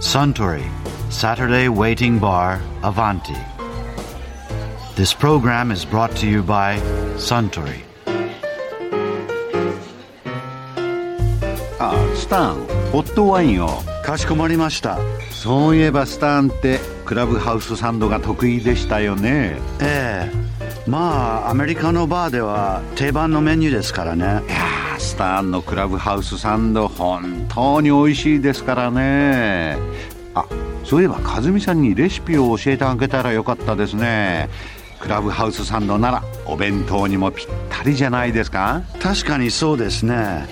Suntory Saturday Waiting Bar Avanti. This program is brought to you by Suntory. あスタンホットワインをかしこまりました。そういえばスタンってクラブハウスサンドが得意でしたよねええまあアメリカのバーでは定番のメニューですからねいやースタンのクラブハウスサンド本当に美味しいですからねあそういえば和美さんにレシピを教えてあげたらよかったですねクラブハウスサンドならお弁当にもぴったりじゃないですか確かにそうですね、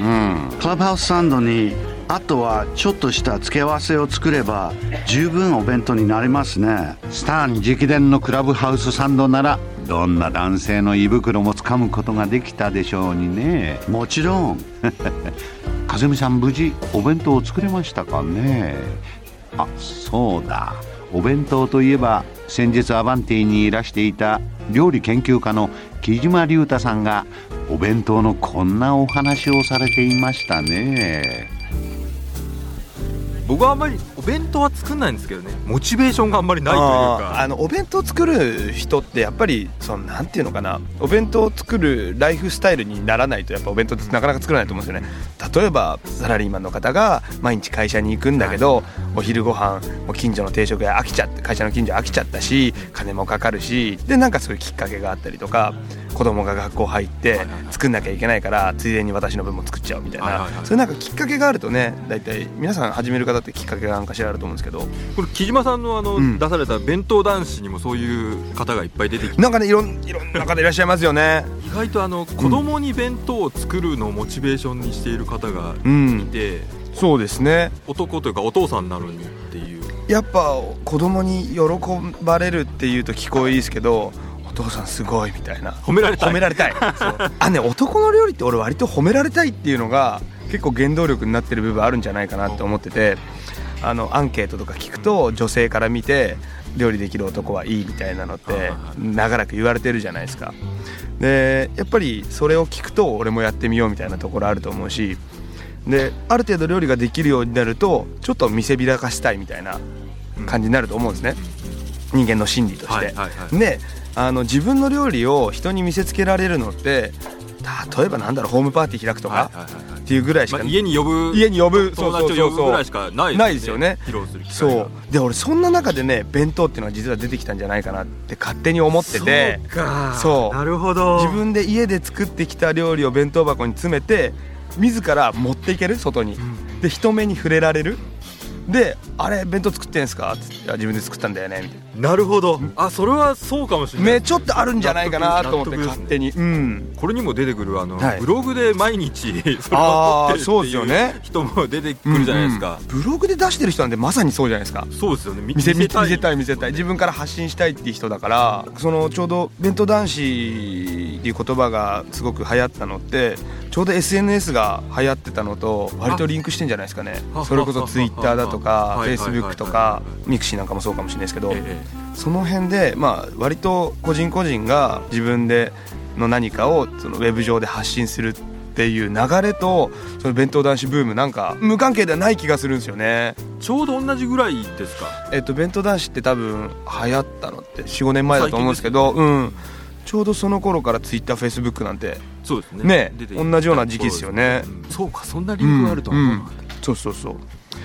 クラブハウスサンドにあとはちょっとした付け合わせを作れば十分お弁当になりますねスタン直伝のクラブハウスサンドならどんな男性の胃袋もつかむことができたでしょうにねもちろ ん和美さん無事お弁当を作れましたかねあそうだお弁当といえば先日アバンティにいらしていた料理研究家の木島隆太さんがお弁当のこんなお話をされていましたね僕はあんまりお弁当は作んないんですけどねモチベーションがあんまりないというあーあかのお弁当作る人ってやっぱりそのなんていうのかなお弁当を作るライフスタイルにならないとやっぱお弁当ってなかなか作らないと思うんですよね例えばサラリーマンの方が毎日会社に行くんだけど、お昼ご飯もう近所の定食屋飽きちゃって会社の近所飽きちゃったし金もかかるしでなんかそういうきっかけがあったりとか子供が学校入って作んなきゃいけないからついでに私の分も作っちゃおうみたいな、はいはいはいそういうなんかきっかけがあるとね大体皆さん始める方ってきっかけがなんかしらあると思うんですけどこれ木島さんのあの、うん出された弁当男子にもそういう方がいっぱい出てきてなんかねいろんいろんな方いらっしゃいますよね。意外とあの子供に弁当を作るのをモチベーションにしている方がういん、て、 そうですね。男というかお父さんなのにっていうやっぱ子供に喜ばれるっていうと聞こえいいですけど、お父さんすごいみたいな。褒められたい褒められたい。そう あね男の料理って俺割と褒められたいっていうのが結構原動力になってる部分あるんじゃないかなって思ってて、あのアンケートとか聞くと女性から見て料理できる男はいいみたいなのって長らく言われてるじゃないですか。でやっぱりそれを聞くと俺もやってみようみたいなところあると思うしである程度料理ができるようになるとちょっと見せびらかしたいみたいな感じになると思うんですね、人間の心理として。はいはいはいであの自分の料理を人に見せつけられるのって例えばなんだろうホームパーティー開くとはかいはいはいはいっていうぐらいしまあか、家に呼ぶ家に呼ぶ友達を呼ぶぐらいしかないないですよね披露する機会そがうで俺そんな中でね弁当っていうのは実は出てきたんじゃないかなって勝手に思っててそうかそうなるほど自分で家で作ってきた料理を弁当箱に詰めて自ら持っていける外に、で人目に触れられるで「あれ弁当作ってんすか?」つっていや「自分で作ったんだよね」みたいななるほどあそれはそうかもしれないねちょっとあるんじゃないかなと思っ納得てです勝ね手に、うんこれにも出てくるあの、はいブログで毎日それを撮ってあーるってそうですよいねう人も出てくるじゃないですか、うんうんブログで出してる人なんてまさにそうじゃないですかそうですよね見見せ見せ見せたい見せたい自分から発信したいっていう人だからそのちょうど「弁当男子」っていう言葉がすごく流行ったのってちょうど SNS が流行ってたのと割とリンクしてんじゃないですかねあそれこそ Twitter だとかはいはいはいはい Facebook とか Mixi なんかもそうかもしれないですけどえその辺でまあ割と個人個人が自分での何かをそのウェブ上で発信するっていう流れとその弁当男子ブームなんか無関係ではない気がするんですよね。えちょうど同じぐらいですかえっと、弁当男子って多分流行ったのって45年前だと思うんですけどうんちょうどその頃からツイッターフェイスブックなんてそうですねね出て同じような時期ですよねうんそうかそんなリンクがあるとは思わなかった、そうそうそう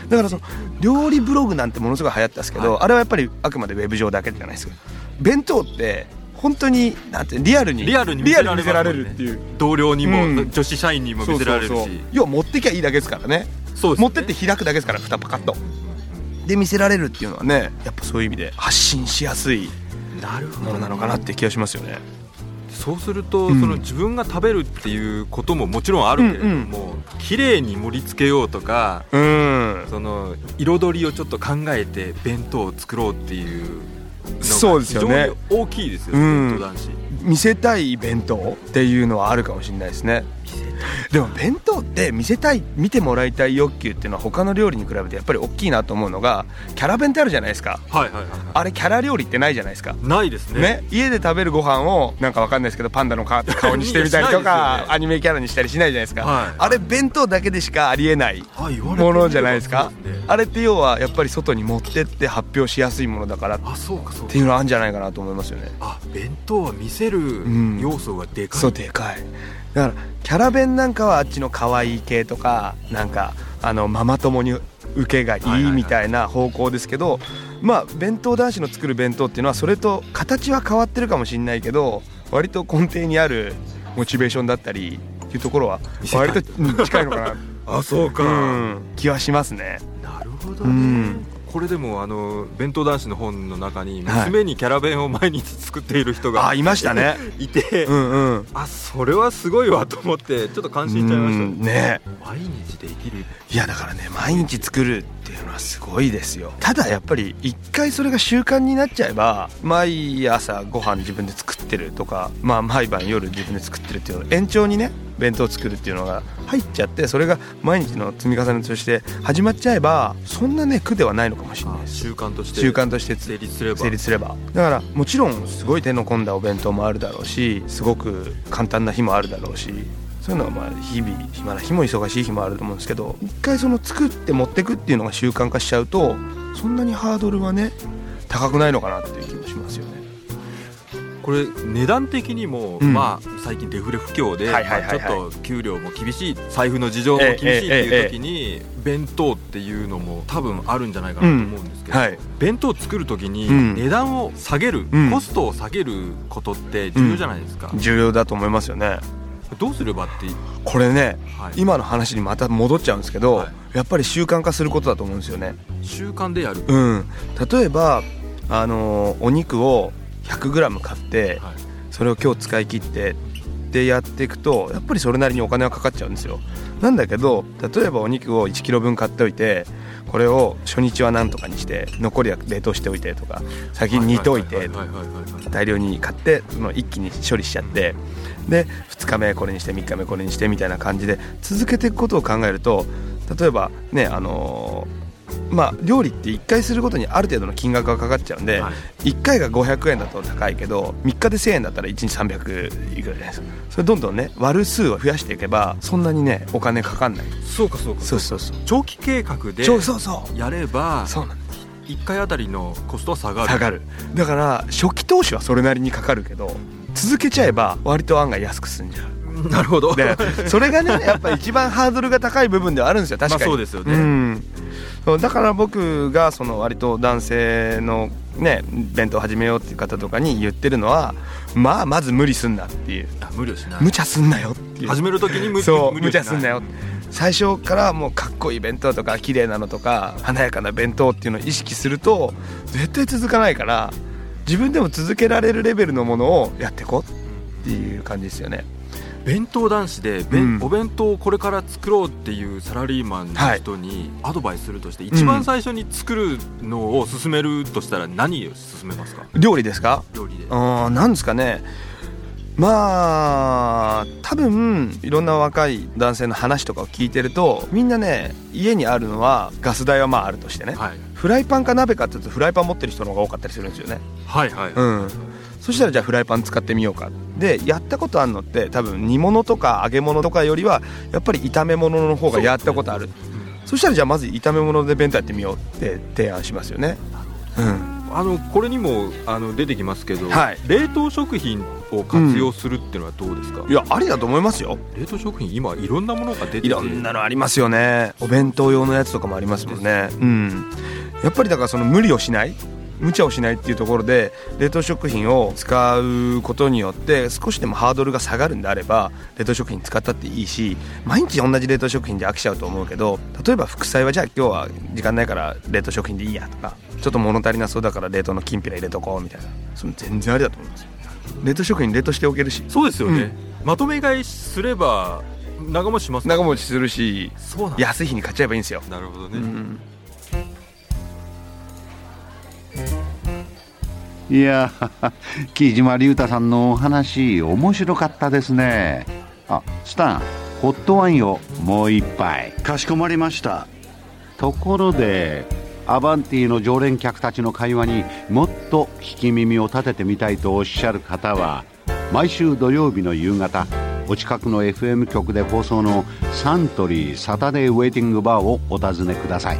だからその料理ブログなんてものすごい流行ったんですけど、はいあれはやっぱりあくまでウェブ上だけじゃないですか弁当って本当になんてリアルにリアルに見リせアらルれに見ますもんせらねれるっていう同僚にも、うん女子社員にもそう見そせうそらうれるし要は持ってきゃいいだけですからねそうですね持ってって開くだけですから蓋パカッとで見せられるっていうのはねやっぱそういう意味で発信しやすいなるほものなのかなって気がしますよねそうすると、うんその自分が食べるっていうことももちろんあるけれども、綺麗に盛り付けようとかうんその彩りをちょっと考えて弁当を作ろうっていうのそうがです非よ常ねに大きいですようねん弁当男子見せたい弁当っていうのはあるかもしれないですね見せでも弁当って見せたい見てもらいたい欲求っていうのは他の料理に比べてやっぱり大きいなと思うのがキャラ弁ってあるじゃないですかはいはいはあれキャラ料理ってないじゃないですかいないですねね、家で食べるご飯をなんかわかんないですけどパンダのか顔にしてみたり といやしないですよか、ねアニメキャラにしたりしないじゃないですか、はいあれ弁当だけでしかありえないはい言われてみればものじゃないですかそうですねあれって要はやっぱり外に持ってって発表しやすいものだからっあそうかそうかていうのはあるんじゃないかなと思いますよねあ弁当は見せるん要素がでかい、そうでかいだからキャラ弁なんかはあっちの可愛い系とかなんかあのママ友に受けがはいはいいはいみたいな方向ですけど、まあ弁当男子の作る弁当っていうのはそれと形は変わってるかもしれないけど割と根底にあるモチベーションだったりっていうところは見せたい割とうん近いのかあそう な、うか、ん、気はしますね。なるほどうね、んこれでもあの弁当男子の本の中にはい娘にキャラ弁を毎日作っている人が、あいましたね いて、うんうんあそれはすごいわと思ってちょっと感心しちゃいました、うんね毎日できるいやだからね毎日作るっていうのはすごいですよただやっぱり一回それが習慣になっちゃえば毎朝ご飯自分で作ってるとか、まあ、毎晩夜自分で作ってるっていうの延長にね弁当作るっていうのが入っちゃってそれが毎日の積み重ねとして始まっちゃえばそんなね苦ではないのかもしれないです習慣として習慣として成立すれば成立すればだからもちろんすごい手の込んだお弁当もあるだろうしすごく簡単な日もあるだろうしそういうのはまあ日々暇な日も忙しい日もあると思うんですけど一回その作って持ってくっていうのが習慣化しちゃうとそんなにハードルはね高くないのかなっていう気もしますよね。これ値段的にも、うんまあ、最近デフレ不況で、はいはいはいはいまあちょっと給料も厳しい財布の事情も厳しいっていう時に弁当っていうのも多分あるんじゃないかなと思うんですけど、うんはい弁当作る時にうん値段を下げる、うんコストを下げることって重要じゃないですか、重要だと思いますよね。どうすればって、これねはい今の話にまた戻っちゃうんですけど、はいやっぱり習慣化することだと思うんですよね。習慣でやる、うん、例えば、あのーお肉を 100g 買ってはいそれを今日使い切ってでやっていくとやっぱりそれなりにお金はかかっちゃうんですよなんだけど例えばお肉を 1kg 分買っておいてこれを初日は何とかにして残りは冷凍しておいてとか先に煮といはてははいはいはいはい大量に買ってその一気に処理しちゃってで2日目これにして3日目これにしてみたいな感じで続けていくことを考えると例えばねあのーまあ料理って1回することにある程度の金額がかかっちゃうんで、はい1回が500円だと高いけど3日で1000円だったら1日300いくらじゃないですかそれどんどんね割る数を増やしていけばそんなにねお金かかんないそうかそうかそうそうそう長期計画でそうそうそうやればそうなんです1回あたりのコストは下がる下がるだから初期投資はそれなりにかかるけど続けちゃえば割と案外安く済んじゃうなるほどでそれ がねやっぱ一番ハードルが高い部分ではあるんですよ確かに、まあそうですよねんそうだから僕がその割と男性のね弁当始めようっていう方とかに言ってるのはまあまず無理すんなっていうあ無理をしない無茶すんなよっていう始める時に無そう理無をしな茶いすんなよ最初からもうかっこいい弁当とか綺麗なのとか華やかな弁当っていうのを意識すると絶対続かないから自分でも続けられるレベルのものをやっていこうっていう感じですよね弁当男子で、べんうんお弁当をこれから作ろうっていうサラリーマンの人にアドバイスするとして、一番最初に作るのを勧めるとしたら何を勧めますか料理ですか料理であーなんですかねまあ多分いろんな若い男性の話とかを聞いてるとみんなね家にあるのはガス代はまああるとしてね、はいフライパンか鍋かって言うとフライパン持ってる人の方が多かったりするんですよねはいはい、うんそしたらじゃあフライパン使ってみようかでやったことあるのって多分煮物とか揚げ物とかよりはやっぱり炒め物の方がやったことあるそしたらじゃあまず炒め物で弁当やってみようって提案しますよねうんあのこれにもあの出てきますけど、はい冷凍食品を活用するっていうのはどうですか、いやありだと思いますよ冷凍食品今いろんなものが出てていろんなのありますよねお弁当用のやつとかもありますもんねうんやっぱりだからその無理をしない無茶をしないっていうところで冷凍食品を使うことによって少しでもハードルが下がるんであれば冷凍食品使ったっていいし毎日同じ冷凍食品で飽きちゃうと思うけど例えば副菜はじゃあ今日は時間ないから冷凍食品でいいやとかちょっと物足りなそうだから冷凍のきんぴら入れとこうみたいなそれ全然ありだと思いますよ冷凍食品冷凍しておけるしそうですよね、まとめ買いすれば長持ちします長持ちするしそうなんだ安い日に買っちゃえばいいんですよなるほどね、いや ー木島隆太さんのお話面白かったですねあスタンホットワインをもう一杯かしこまりましたところでアバンティの常連客たちの会話にもっと聞き耳を立ててみたいとおっしゃる方は毎週土曜日の夕方お近くの FM 局で放送のサントリーサタデーウェイティングバーをお尋ねください